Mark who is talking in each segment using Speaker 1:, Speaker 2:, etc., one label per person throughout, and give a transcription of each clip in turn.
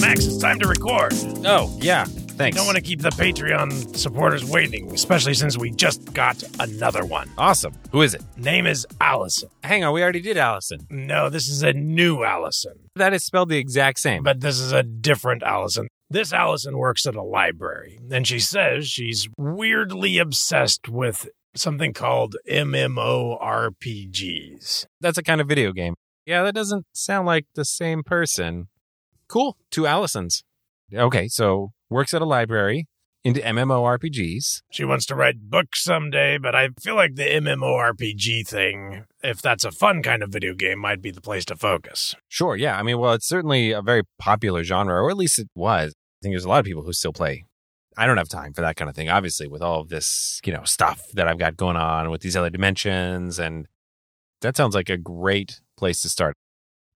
Speaker 1: Max, it's time to record.
Speaker 2: Oh, yeah.
Speaker 1: I
Speaker 2: Thanks.
Speaker 1: don't want to keep the Patreon supporters waiting, especially since we just got another one.
Speaker 2: Awesome. Who is it?
Speaker 1: Name is Allison.
Speaker 2: Hang on, we already did Allison.
Speaker 1: No, this is a new Allison,
Speaker 2: That is spelled the exact same.
Speaker 1: but this is a different Allison. This Allison works at a library, and she says she's weirdly obsessed with something called MMORPGs.
Speaker 2: that's a kind of video game. Yeah, that doesn't sound like the same person. Cool. Two Allisons. Okay, so works at a library into MMORPGs.
Speaker 1: She wants to write books someday, but I feel like the MMORPG thing, if that's a fun kind of video game, might be the place to focus.
Speaker 2: Sure, yeah. I mean, well, it's certainly a very popular genre, or at least it was. I think there's a lot of people who still play. I don't have time for that kind of thing, obviously, with all of this, you know, stuff that I've got going on with these other dimensions. And that sounds like a great place to start.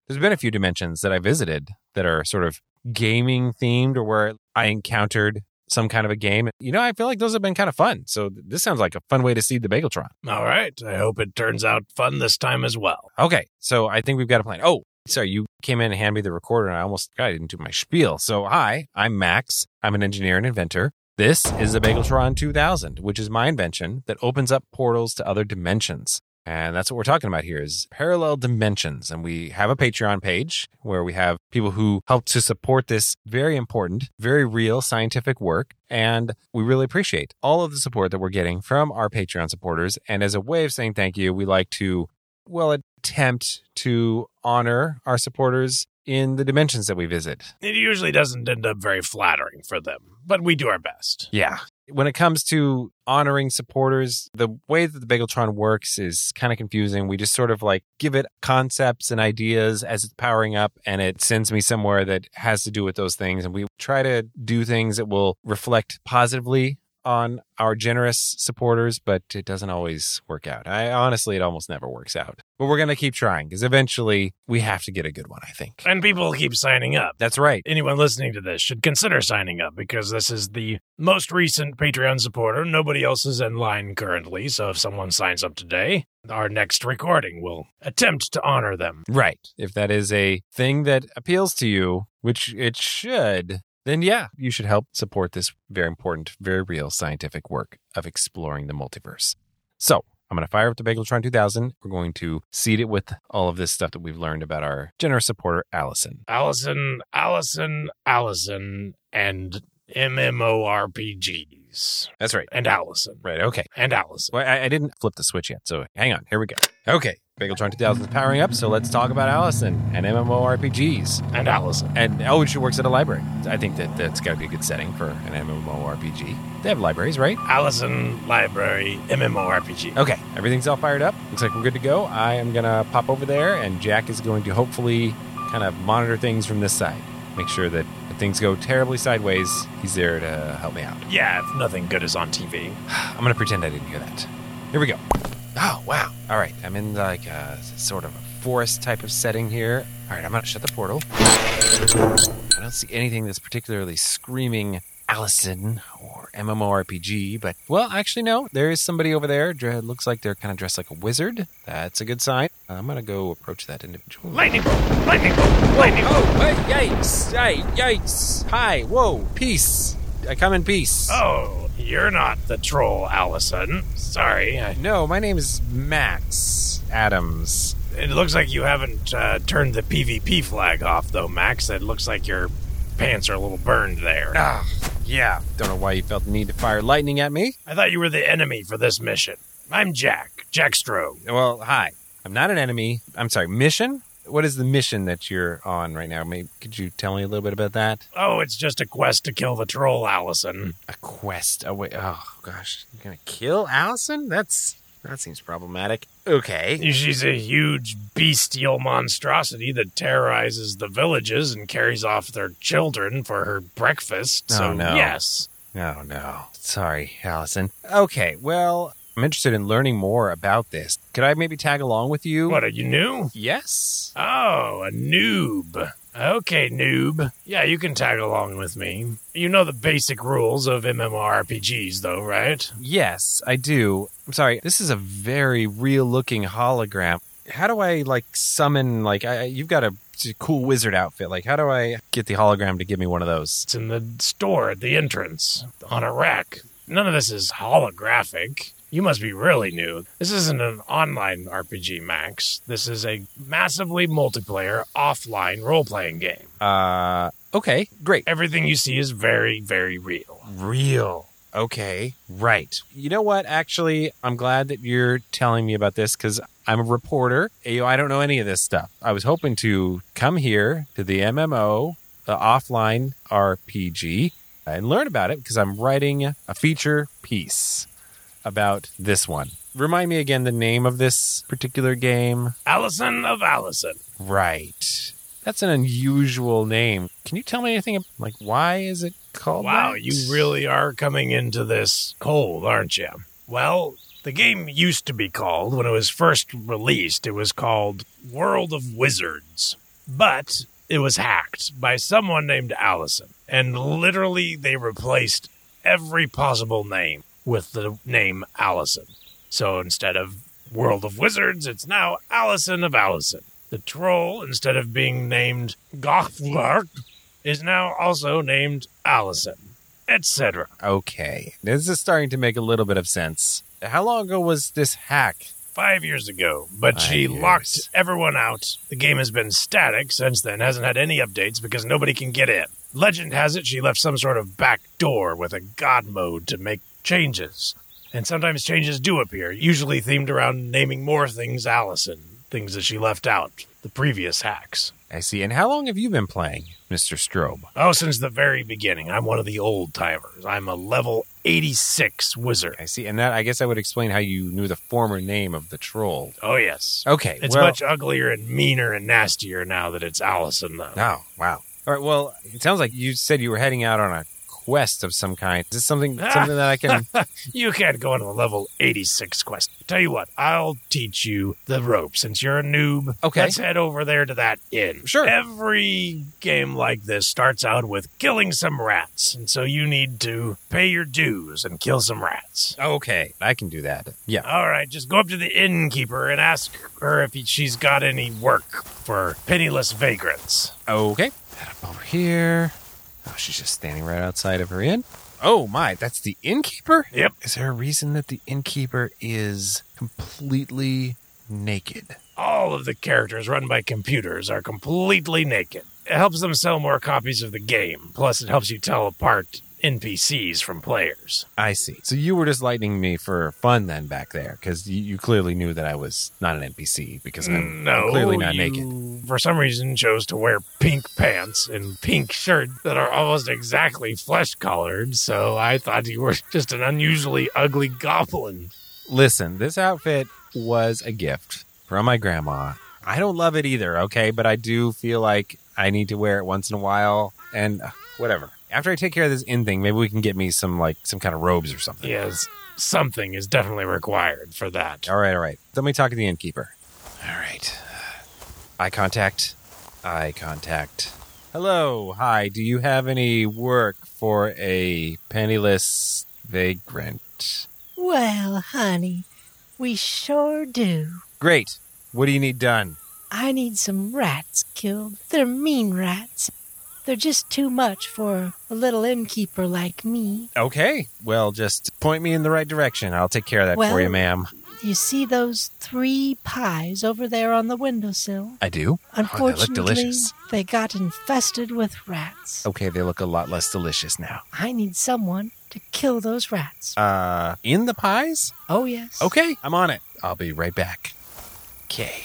Speaker 2: There's been a few dimensions that I visited that are sort of gaming themed or where I encountered some kind of a game. You know, I feel like those have been kind of fun. So this sounds like a fun way to see the Bageltron.
Speaker 1: All right. I hope it turns out fun this time as well.
Speaker 2: Okay, so I think we've got a plan. Oh, sorry, you came in and handed me the recorder, and I almost God, I didn't do my spiel. So, hi, I'm Max. I'm an engineer and inventor. This is the Bageltron 2000, which is my invention that opens up portals to other dimensions. And that's what we're talking about here is parallel dimensions. And we have a Patreon page where we have people who help to support this very important, very real scientific work. And we really appreciate all of the support that we're getting from our Patreon supporters. And as a way of saying thank you, we like to well attempt to honor our supporters in the dimensions that we visit.
Speaker 1: It usually doesn't end up very flattering for them, but we do our best.
Speaker 2: Yeah. When it comes to honoring supporters, the way that the Bageltron works is kind of confusing. We just sort of like give it concepts and ideas as it's powering up, and it sends me somewhere that has to do with those things. And we try to do things that will reflect positively on our generous supporters, but it doesn't always work out. I honestly, it almost never works out. But we're going to keep trying because eventually we have to get a good one, I think.
Speaker 1: And people keep signing up.
Speaker 2: That's right.
Speaker 1: Anyone listening to this should consider signing up because this is the most recent Patreon supporter. Nobody else is in line currently, so if someone signs up today, our next recording will attempt to honor them.
Speaker 2: Right. If that is a thing that appeals to you, which it should, then yeah, you should help support this very important, very real scientific work of exploring the multiverse. So I'm going to fire up the Bageltron 2000. We're going to seed it with all of this stuff that we've learned about our generous supporter, Allison.
Speaker 1: Allison, Allison, Allison, and MMORPGs.
Speaker 2: That's right.
Speaker 1: And Allison.
Speaker 2: Right. Okay.
Speaker 1: And Allison.
Speaker 2: Well, I, I didn't flip the switch yet, so hang on. Here we go. Okay. Bageltron 2000 is powering up, so let's talk about Allison and MMORPGs.
Speaker 1: And Allison.
Speaker 2: And oh, she works at a library. I think that that's got to be a good setting for an MMORPG. They have libraries, right?
Speaker 1: Allison Library MMORPG.
Speaker 2: Okay, everything's all fired up. Looks like we're good to go. I am gonna pop over there, and Jack is going to hopefully kind of monitor things from this side, make sure that if things go terribly sideways, he's there to help me out.
Speaker 1: Yeah, if nothing good is on TV.
Speaker 2: I'm gonna pretend I didn't hear that. Here we go. Oh wow! All right, I'm in like a sort of a forest type of setting here. All right, I'm gonna shut the portal. I don't see anything that's particularly screaming Allison or MMORPG, but well, actually no, there is somebody over there. Dre- Looks like they're kind of dressed like a wizard. That's a good sign. I'm gonna go approach that individual.
Speaker 1: Lightning bolt! Lightning bolt! Lightning bolt!
Speaker 2: Oh, hey, yikes! Hey, yikes! Hi, whoa, peace! I come in peace.
Speaker 1: Oh, you're not the troll, Allison. Sorry. I-
Speaker 2: No, my name is Max Adams.
Speaker 1: It looks like you haven't uh, turned the PvP flag off, though, Max. It looks like your pants are a little burned there.
Speaker 2: Ah, yeah. Don't know why you felt the need to fire lightning at me.
Speaker 1: I thought you were the enemy for this mission. I'm Jack. Jack Stroh.
Speaker 2: Well, hi. I'm not an enemy. I'm sorry, mission? What is the mission that you're on right now? Maybe, could you tell me a little bit about that?
Speaker 1: Oh, it's just a quest to kill the troll, Allison.
Speaker 2: A quest. Oh, wait. Oh, gosh. You're going to kill Allison? That's. That seems problematic. Okay.
Speaker 1: She's a huge bestial monstrosity that terrorizes the villages and carries off their children for her breakfast. So,
Speaker 2: Oh, no.
Speaker 1: yes.
Speaker 2: Oh, no. Sorry, Allison. Okay, well, I'm interested in learning more about this. Could I maybe tag along with you?
Speaker 1: What are you new?
Speaker 2: Yes.
Speaker 1: Oh, a noob. Okay, noob. Yeah, you can tag along with me. You know the basic rules of MMORPGs, though, right?
Speaker 2: Yes, I do. I'm sorry. This is a very real looking hologram. How do I like summon like I, I- you've got a it's a cool wizard outfit. Like, how do I get the hologram to give me one of those?
Speaker 1: It's in the store at the entrance on a rack. None of this is holographic. You must be really new. This isn't an online RPG, Max. This is a massively multiplayer offline role playing game.
Speaker 2: Uh, okay, great.
Speaker 1: Everything you see is very, very real.
Speaker 2: Real. Okay, right. You know what? Actually, I'm glad that you're telling me about this because I'm a reporter. You know, I don't know any of this stuff. I was hoping to come here to the MMO, the offline RPG, and learn about it because I'm writing a feature piece about this one. Remind me again the name of this particular game.
Speaker 1: Allison of Allison.
Speaker 2: Right. That's an unusual name. Can you tell me anything ab- like why is it called
Speaker 1: Wow,
Speaker 2: that?
Speaker 1: you really are coming into this cold, aren't you? Well, the game used to be called, when it was first released, it was called World of Wizards. But it was hacked by someone named Allison, and literally they replaced every possible name with the name Allison. So instead of World of Wizards, it's now Allison of Allison. The troll, instead of being named Gothlark, is now also named Allison, etc.
Speaker 2: Okay. This is starting to make a little bit of sense. How long ago was this hack?
Speaker 1: Five years ago, but
Speaker 2: Five
Speaker 1: she
Speaker 2: years.
Speaker 1: locked everyone out. The game has been static since then, hasn't had any updates because nobody can get in. Legend has it she left some sort of back door with a god mode to make changes. And sometimes changes do appear, usually themed around naming more things Allison, things that she left out, the previous hacks.
Speaker 2: I see. And how long have you been playing, Mr. Strobe?
Speaker 1: Oh, since the very beginning, I'm one of the old timers. I'm a level 86 wizard.
Speaker 2: I see. And that I guess I would explain how you knew the former name of the troll.
Speaker 1: Oh, yes.
Speaker 2: Okay.
Speaker 1: It's
Speaker 2: well,
Speaker 1: much uglier and meaner and nastier now that it's Allison, though.
Speaker 2: Oh, wow. All right. Well, it sounds like you said you were heading out on a quest of some kind. Is this something
Speaker 1: Ah.
Speaker 2: something that I can
Speaker 1: You can't go on a level 86 quest. Tell you what, I'll teach you the rope since you're a noob.
Speaker 2: Okay.
Speaker 1: Let's head over there to that inn.
Speaker 2: Sure.
Speaker 1: Every game like this starts out with killing some rats, and so you need to pay your dues and kill some rats.
Speaker 2: Okay, I can do that. Yeah.
Speaker 1: All right, just go up to the innkeeper and ask her if she's got any work for penniless vagrants.
Speaker 2: Okay. Head up over here. Oh, she's just standing right outside of her inn. Oh my, that's the innkeeper?
Speaker 1: Yep.
Speaker 2: Is there a reason that the innkeeper is completely naked?
Speaker 1: all of the characters run by computers are completely naked. It helps them sell more copies of the game, plus, it helps you tell apart NPCs from players.
Speaker 2: I see. So you were just lightning me for fun then back there, because you, you clearly knew that I was not an NPC because I'm,
Speaker 1: no,
Speaker 2: I'm clearly not
Speaker 1: you,
Speaker 2: naked.
Speaker 1: For some reason, chose to wear pink pants and pink shirt that are almost exactly flesh colored, so I thought you were just an unusually ugly goblin.
Speaker 2: Listen, this outfit was a gift from my grandma. I don't love it either, okay, but I do feel like I need to wear it once in a while and uh, whatever. After I take care of this in thing, maybe we can get me some like some kind of robes or something.
Speaker 1: Yes, something is definitely required for that.
Speaker 2: All right, all right. Let me talk to the innkeeper. All right. Eye contact. Eye contact. Hello. Hi. Do you have any work for a penniless vagrant?
Speaker 3: Well, honey, we sure do.
Speaker 2: Great. What do you need done?
Speaker 3: I need some rats killed. They're mean rats. They're just too much for a little innkeeper like me.
Speaker 2: Okay. Well, just point me in the right direction. I'll take care of that
Speaker 3: Well-
Speaker 2: for you, ma'am.
Speaker 3: You see those three pies over there on the windowsill?
Speaker 2: I do. Oh, they look
Speaker 3: Unfortunately,
Speaker 2: delicious. Oh.
Speaker 3: they got infested with rats.
Speaker 2: Okay, they look a lot less delicious now.
Speaker 3: I need someone to kill those rats.
Speaker 2: Uh, in the pies?
Speaker 3: Oh, yes.
Speaker 2: Okay, I'm on it. I'll be right back. Okay.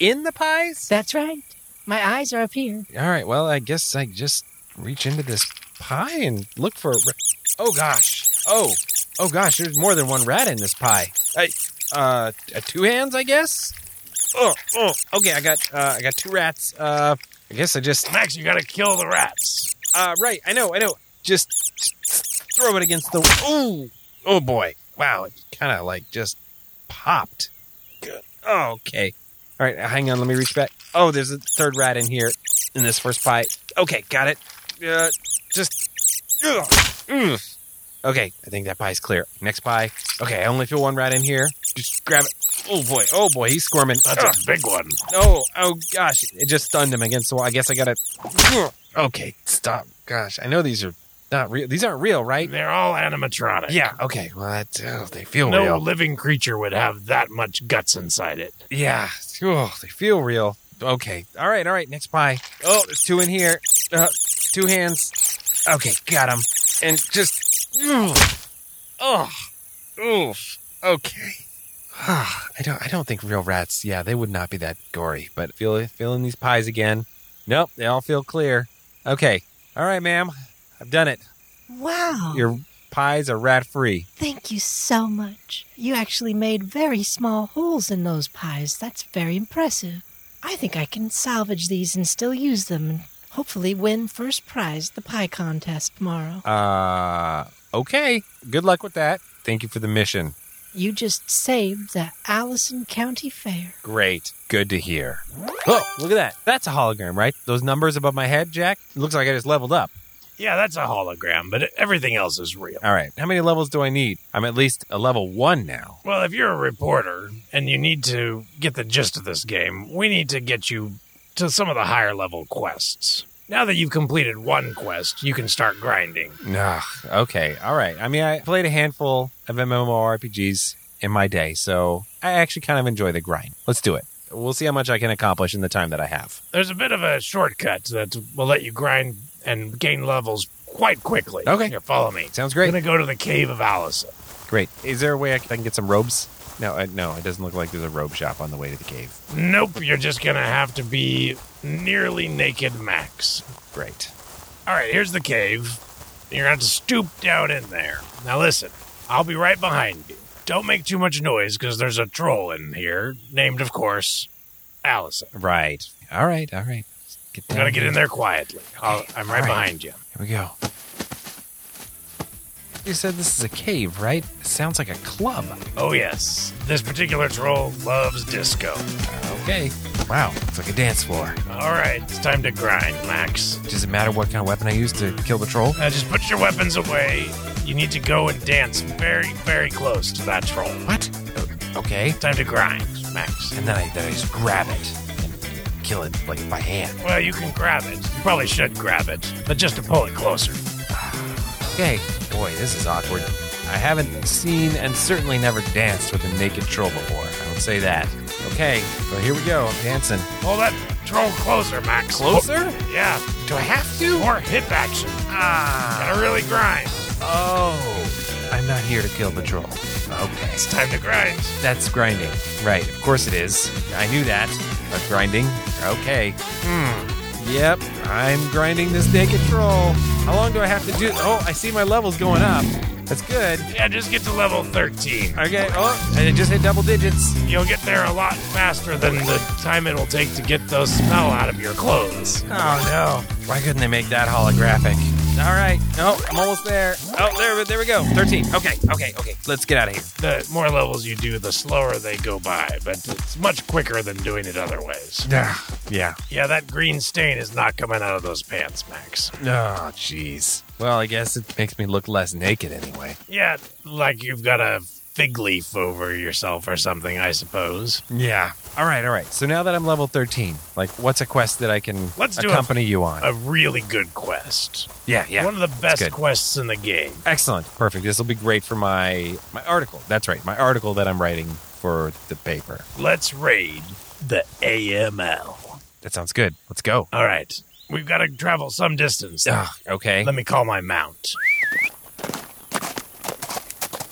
Speaker 2: In the pies?
Speaker 3: That's right. My eyes are up here.
Speaker 2: All right. Well, I guess I just reach into this pie and look for. A ra- oh gosh. Oh. Oh gosh. There's more than one rat in this pie. I, uh, uh, two hands, I guess. Oh. Oh. Okay. I got. Uh, I got two rats. Uh. I guess I just.
Speaker 1: Max, you gotta kill the rats.
Speaker 2: Uh. Right. I know. I know. Just throw it against the. Oh. Oh boy. Wow. It kind of like just popped. Good. Oh, okay. All right. Hang on. Let me reach back. Oh, there's a third rat in here in this first pie. Okay, got it. Uh, just. Ugh, ugh. Okay, I think that pie's clear. Next pie. Okay, I only feel one rat in here. Just grab it. Oh boy, oh boy, he's squirming.
Speaker 1: That's
Speaker 2: Ugh.
Speaker 1: a big one.
Speaker 2: Oh, oh gosh, it just stunned him against the wall. I guess I gotta. Okay, stop. Gosh, I know these are not real. These aren't real, right?
Speaker 1: They're all animatronic.
Speaker 2: Yeah. Okay. Well, that's, oh, they feel
Speaker 1: No
Speaker 2: real.
Speaker 1: living creature would have that much guts inside it.
Speaker 2: Yeah. Oh, they feel real. Okay. All right. All right. Next pie. Oh, there's two in here. Uh, two hands. Okay, got him. And just. Ugh. Oh. Oof. Okay. Ah, I don't. I don't think real rats. Yeah, they would not be that gory. But feel feeling these pies again. Nope. They all feel clear. Okay. All right, ma'am. I've done it.
Speaker 3: Wow.
Speaker 2: Your pies are rat free.
Speaker 3: Thank you so much. You actually made very small holes in those pies. That's very impressive. I think I can salvage these and still use them and hopefully win first prize at the pie contest tomorrow.
Speaker 2: Uh. Okay. Good luck with that. Thank you for the mission.
Speaker 3: You just saved the Allison County Fair.
Speaker 2: Great. Good to hear. Oh, look at that. That's a hologram, right? Those numbers above my head, Jack? It looks like I just leveled up.
Speaker 1: Yeah, that's a hologram, but everything else is real.
Speaker 2: All right. How many levels do I need? I'm at least a level one now.
Speaker 1: Well, if you're a reporter and you need to get the gist of this game, we need to get you to some of the higher level quests. Now that you've completed one quest, you can start grinding.
Speaker 2: Ugh, okay. All right. I mean, I played a handful of MMORPGs in my day, so I actually kind of enjoy the grind. Let's do it. We'll see how much I can accomplish in the time that I have.
Speaker 1: There's a bit of a shortcut that will let you grind and gain levels quite quickly.
Speaker 2: Okay.
Speaker 1: Here, follow me.
Speaker 2: Sounds
Speaker 1: We're
Speaker 2: great.
Speaker 1: going to go to the Cave of Allison.
Speaker 2: Great. Is there a way I can I can get some robes? No, I, no, it doesn't look like there's a robe shop on the way to the cave.
Speaker 1: Nope, you're just going to have to be nearly naked max.
Speaker 2: Great.
Speaker 1: All right, here's the cave. You're going to have to stoop down in there. Now, listen, I'll be right behind you. Don't make too much noise because there's a troll in here, named, of course, Allison.
Speaker 2: Right. All right. All right. Get
Speaker 1: You
Speaker 2: down
Speaker 1: gotta get
Speaker 2: here.
Speaker 1: in there quietly. I'll, I'm right
Speaker 2: All right.
Speaker 1: behind you.
Speaker 2: Here we go. You said this is a cave, right? It sounds like a club.
Speaker 1: Oh, yes, this particular troll loves disco.
Speaker 2: Okay. Wow, it's like a dance floor.
Speaker 1: All right, it's time to grind, Max.
Speaker 2: Does it matter what kind of weapon I use to kill the troll?
Speaker 1: Now, just put your weapons away. You need to go and dance very, very close to that troll.
Speaker 2: What? Uh, Okay.
Speaker 1: Time to grind, Max.
Speaker 2: And then I, then I just grab it and kill it like by hand.
Speaker 1: Well, you can grab it. You probably should grab it, but just to pull it closer.
Speaker 2: Okay. Boy, this is awkward. I haven't seen and certainly never danced with a naked troll before. I will say that. Okay. Well, here we go. I'm dancing.
Speaker 1: Pull that troll closer, Max. Oh, Yeah.
Speaker 2: Do I have to?
Speaker 1: More hip action.
Speaker 2: Ah.
Speaker 1: Gotta really grind.
Speaker 2: Oh, I'm not here to kill the troll. Okay.
Speaker 1: It's time to grind.
Speaker 2: That's grinding. Right, of course it is. I knew that. But grinding? Okay. Hmm. Yep, I'm grinding this naked troll. How long do I have to do? Oh, I see my levels going up. That's good.
Speaker 1: Yeah, just get to level 13.
Speaker 2: Okay, oh, and it just hit double digits.
Speaker 1: You'll get there a lot faster than the time it'll take to get the smell out of your clothes.
Speaker 2: Oh no. Why couldn't they make that holographic? All right. No, I'm almost there. Oh, there, there we go. 13. Okay, okay, okay. Let's get out of here.
Speaker 1: The more levels you do, the slower they go by, but it's much quicker than doing it other ways.
Speaker 2: Yeah. Yeah.
Speaker 1: Yeah, that green stain is not coming out of those pants, Max.
Speaker 2: Oh, jeez. Well, I guess it makes me look less naked anyway.
Speaker 1: Yeah, like you've got a fig leaf over yourself or something, I suppose.
Speaker 2: Yeah. All right, all right. So now that I'm level 13, like, what's a quest that I can
Speaker 1: Let's do
Speaker 2: accompany you on?
Speaker 1: A really good quest.
Speaker 2: yeah, yeah.
Speaker 1: One of the best
Speaker 2: good.
Speaker 1: quests in the game.
Speaker 2: Excellent. Perfect. This will be great for my my article. That's right. My article that I'm writing for the paper.
Speaker 1: Let's raid the AML.
Speaker 2: That sounds good. Let's go.
Speaker 1: All right. We've got to travel some distance.
Speaker 2: Ugh, Ah, okay.
Speaker 1: Let me call my mount.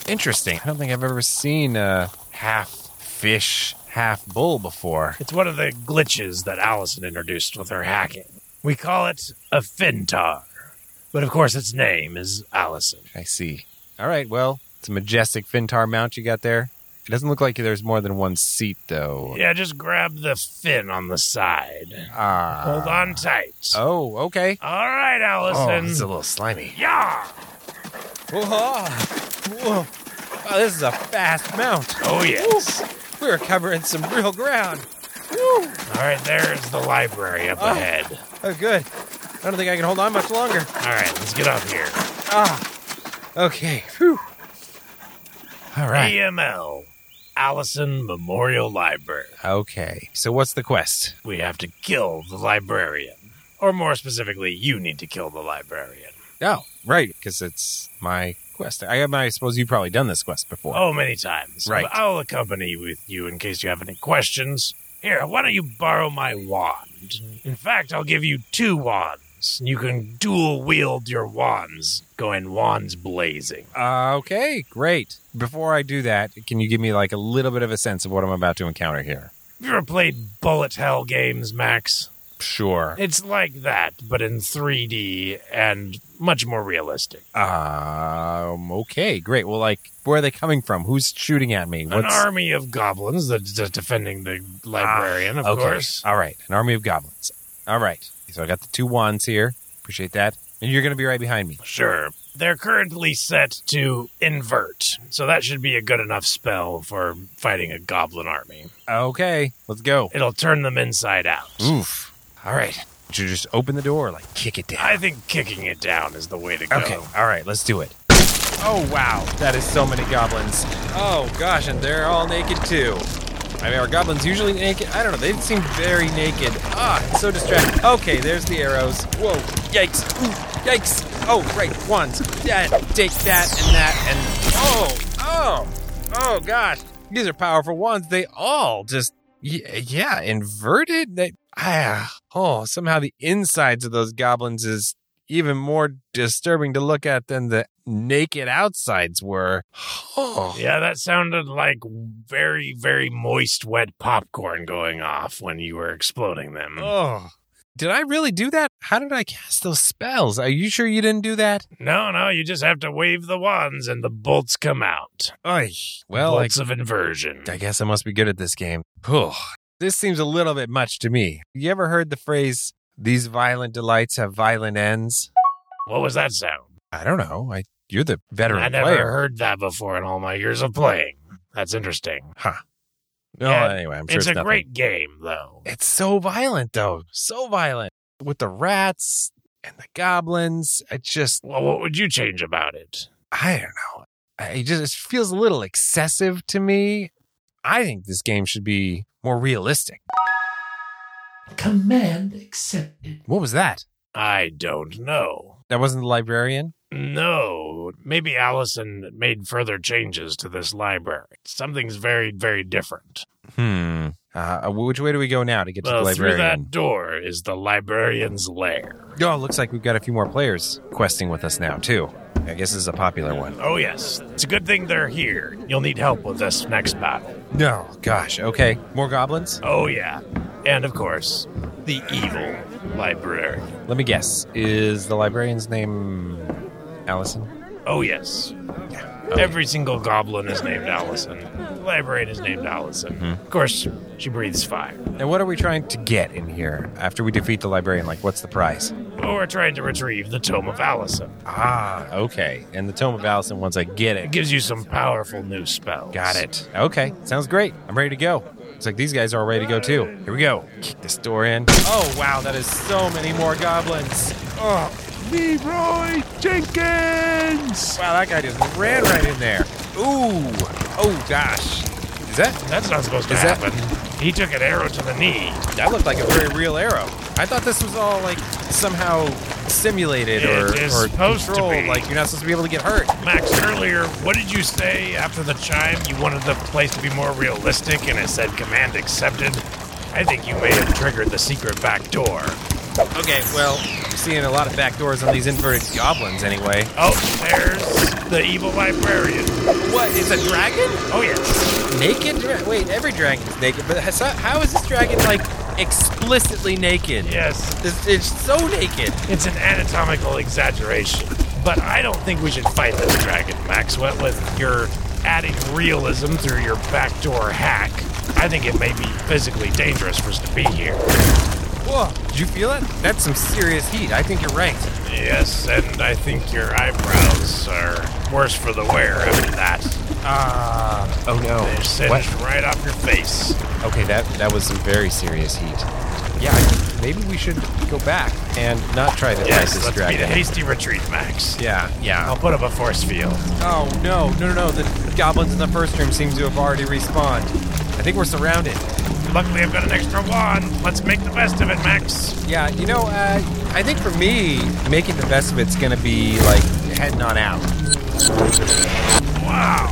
Speaker 2: Interesting. I don't think I've ever seen a half fish, half bull before.
Speaker 1: It's one of the glitches that Allison introduced with her hacking. We call it a Fintar. But of course, its name is Allison.
Speaker 2: I see. All right. Well, it's a majestic Fintar mount you got there. It doesn't look like there's more than one seat, though.
Speaker 1: Yeah, just grab the fin on the side.
Speaker 2: Ah.
Speaker 1: Hold on tight.
Speaker 2: Oh, okay.
Speaker 1: All right, Allison.
Speaker 2: Oh, it's a little slimy.
Speaker 1: yeah.
Speaker 2: Whoa. Whoa. Oh, this is a fast mount.
Speaker 1: Oh, yes.
Speaker 2: We're covering some real ground.
Speaker 1: All right, there's the library up
Speaker 2: Oh.
Speaker 1: ahead.
Speaker 2: Oh, good. I don't think I can hold on much longer.
Speaker 1: All right, let's get up here.
Speaker 2: Ah. Okay. Whew. All right.
Speaker 1: AML, Allison Memorial Library.
Speaker 2: Okay. So what's the quest?
Speaker 1: We have to kill the librarian. Or more specifically, you need to kill the librarian.
Speaker 2: Oh, right, because it's my quest. I, I suppose you've probably done this quest before.
Speaker 1: Oh, many times.
Speaker 2: Right.
Speaker 1: But I'll accompany you with you in case you have any questions. Here, why don't you borrow my wand? In fact, I'll give you two wands. You can dual wield your wands, going wands blazing.
Speaker 2: Uh, okay, great. Before I do that, can you give me like a little bit of a sense of what I'm about to encounter here?
Speaker 1: You ever played bullet hell games, Max?
Speaker 2: Sure.
Speaker 1: It's like that, but in 3D and much more realistic.
Speaker 2: Um, okay, great. Well, like, where are they coming from? Who's shooting at me?
Speaker 1: An army of goblins that's that's defending the librarian, of
Speaker 2: Ah, Okay,
Speaker 1: course.
Speaker 2: All right, an army of goblins. All right. So I got the two wands here. Appreciate that. And you're going to be right behind me.
Speaker 1: Sure. They're currently set to invert, so that should be a good enough spell for fighting a goblin army.
Speaker 2: Okay, let's go.
Speaker 1: It'll turn them inside out.
Speaker 2: Oof. All right. Should you just open the door, like kick it down?
Speaker 1: I think kicking it down is the way to go.
Speaker 2: Okay. All right. Let's do it. Oh wow, that is so many goblins. Oh gosh, and they're all naked too. I mean, are goblins usually naked? I don't know. They seem very naked. Ah, it's so distracting. Okay, there's the arrows. Whoa! Yikes! Ooh! Yikes! Oh, right, wands. That, take that, and that, and oh, oh, oh gosh! These are powerful wands. They all just y- yeah, inverted. They ah oh, somehow the insides of those goblins is even more disturbing to look at than the naked outsides were. Oh,
Speaker 1: Yeah, that sounded like very, very moist, wet popcorn going off when you were exploding them.
Speaker 2: oh. Did I really do that? How did I cast those spells? Are you sure you didn't do that?
Speaker 1: No, no, you just have to wave the wands and the bolts come out.
Speaker 2: Oy. Well, I,
Speaker 1: bolts of inversion.
Speaker 2: I guess I must be good at this game. Whew. This seems a little bit much to me. You ever heard the phrase, these violent delights have violent ends?
Speaker 1: What was that sound?
Speaker 2: I don't know. I, you're the veteran
Speaker 1: I never
Speaker 2: player.
Speaker 1: heard that before in all my years of playing. That's interesting.
Speaker 2: No,
Speaker 1: Yeah,
Speaker 2: anyway, I'm sure
Speaker 1: it's
Speaker 2: it's,
Speaker 1: a
Speaker 2: nothing.
Speaker 1: great game, though.
Speaker 2: It's so violent, though. So violent. With the rats and the goblins. It just,
Speaker 1: Well, what would you change about it?
Speaker 2: I don't know. I- It just feels a little excessive to me. I think this game should be more realistic.
Speaker 4: Command accepted.
Speaker 2: What was that?
Speaker 1: I don't know.
Speaker 2: That wasn't the librarian?
Speaker 1: No, maybe Allison made further changes to this library. Something's very, very different.
Speaker 2: Hmm. Uh, which way do we go now to get to the
Speaker 1: Well, through
Speaker 2: librarian?
Speaker 1: that door is the librarian's lair.
Speaker 2: Oh, looks like we've got a few more players questing with us now, too. I guess this is a popular one.
Speaker 1: Oh, yes. It's a good thing they're here. You'll need help with this next battle.
Speaker 2: No, gosh. Okay. More goblins?
Speaker 1: Oh, yeah. And of course, the evil librarian.
Speaker 2: Let me guess. Is the librarian's name Allison?
Speaker 1: Oh, yes. Every single goblin is named Allison. Librarian is named Allison.
Speaker 2: Mm-hmm.
Speaker 1: Of course, she breathes fire.
Speaker 2: And what are we trying to get in here after we defeat the librarian? Like, what's the prize?
Speaker 1: But we're trying to retrieve the Tome of Allison.
Speaker 2: Ah, okay. And the Tome of Allison, once I get
Speaker 1: It
Speaker 2: it.
Speaker 1: gives you some powerful new spells.
Speaker 2: Got it. Okay, sounds great. I'm ready to go. It's like these guys are all ready to go too. Here we go. Kick this door in. Oh, wow, that is so many more goblins. Oh, Leroy Jenkins! Wow, that guy just ran right in there. Ooh, oh gosh. Is that?
Speaker 1: That's not supposed to
Speaker 2: Is that-
Speaker 1: happen. He took an arrow to the knee.
Speaker 2: That looked like a very real arrow. I thought this was all like somehow simulated
Speaker 1: It
Speaker 2: or,
Speaker 1: is
Speaker 2: or
Speaker 1: supposed to
Speaker 2: controlled.
Speaker 1: be.
Speaker 2: Like you're not supposed to be able to get hurt.
Speaker 1: Max, earlier, what did you say after the chime? You wanted the place to be more realistic, and it said command accepted. I think you may have triggered the secret back door.
Speaker 2: Okay, well, I'm seeing a lot of back doors on these inverted goblins anyway.
Speaker 1: Oh, there's the evil librarian.
Speaker 2: What? It's a dragon?
Speaker 1: Oh, yes.
Speaker 2: Naked? Dra- Wait, every dragon's naked, but has- how is this dragon like explicitly naked?
Speaker 1: Yes.
Speaker 2: This, it's so naked.
Speaker 1: It's an anatomical exaggeration, but I don't think we should fight this dragon, Max. What with your adding realism through your backdoor hack, I think it may be physically dangerous for us to be here.
Speaker 2: Whoa! Did you feel it? That's some serious heat. I think you're right.
Speaker 1: Yes, and I think your eyebrows are worse for the wear after that.
Speaker 2: Ah. oh no.
Speaker 1: They're singed right off your face.
Speaker 2: Okay, that that was some very serious heat. Yeah, I maybe we should go back and not try the
Speaker 1: Yes,
Speaker 2: nicest
Speaker 1: let's beat a
Speaker 2: dragon.
Speaker 1: hasty retreat, Max.
Speaker 2: Yeah, yeah.
Speaker 1: I'll put up a force field.
Speaker 2: Oh no, no, no, no! The goblins in the first room seem to have already respawned. I think we're surrounded.
Speaker 1: Luckily, I've got an extra wand. Let's make the best of it, Max.
Speaker 2: Yeah, you know, uh, I think for me, making the best of it's gonna be like heading on out.
Speaker 1: Wow.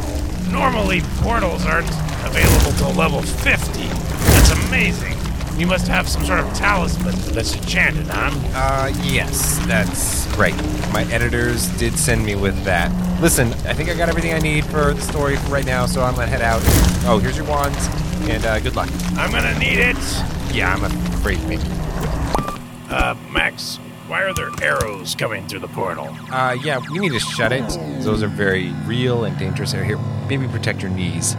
Speaker 1: Normally, portals aren't available till level 50. That's amazing. You must have some sort of talisman that's enchanted, huh?
Speaker 2: Uh, yes, that's right. My editors did send me with that. Listen, I think I got everything I need for the story for right now, so I'm gonna head out. Oh, here's your wands, and uh, good luck.
Speaker 1: I'm gonna need it.
Speaker 2: Yeah, I'm afraid maybe.
Speaker 1: Uh, Max, why are there arrows coming through the portal?
Speaker 2: Uh, yeah, we need to shut it. Those are very real and dangerous. Here, here, maybe protect your knees.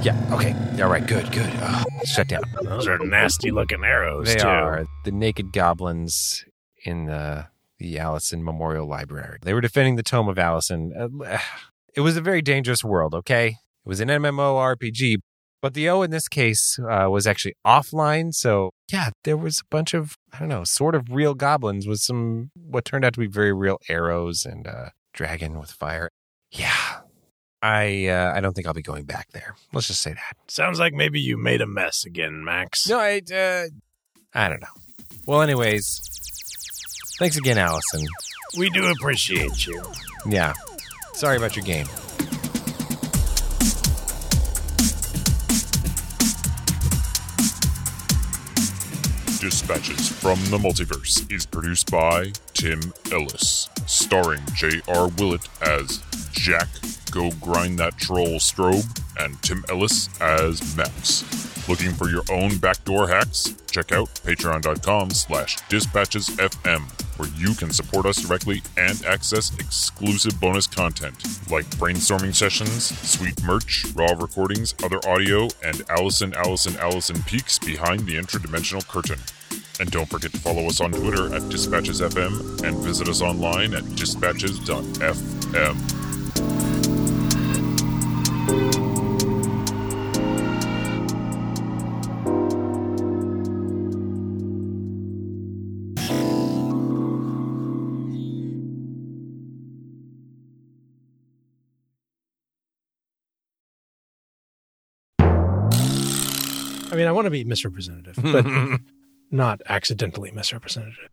Speaker 2: Yeah, okay. All right, good, good. Ugh, shut down.
Speaker 1: Those are nasty looking arrows,
Speaker 2: They
Speaker 1: too.
Speaker 2: are the naked goblins in the the Allison Memorial Library. They were defending the Tome of Allison. Uh, It was a very dangerous world. Okay, it was an MMORPG, but the O in this case uh, was actually offline. So yeah, there was a bunch of I don't know, sort of real goblins with some what turned out to be very real arrows and uh, dragon with fire. Yeah. I uh, I don't think I'll be going back there. Let's just say that.
Speaker 1: Sounds like maybe you made a mess again, Max.
Speaker 2: No, I, uh, I don't know. Well, anyways, thanks again, Allison.
Speaker 1: We do appreciate you.
Speaker 2: Yeah, sorry about your game.
Speaker 4: Dispatches from the Multiverse is produced by Tim Ellis, starring J.R. Willett as Jack Go Grind That Troll Strobe and Tim Ellis as Max. Looking for your own backdoor hacks? Check out patreon.com slash dispatchesfm where you can support us directly and access exclusive bonus content like brainstorming sessions, sweet merch, raw recordings, other audio, and Allison Allison Allison peeks behind the interdimensional curtain. And don't forget to follow us on Twitter at DispatchesFM and visit us online at dispatches.fm.
Speaker 1: I mean, I want to be misrepresentative, but not accidentally misrepresentative.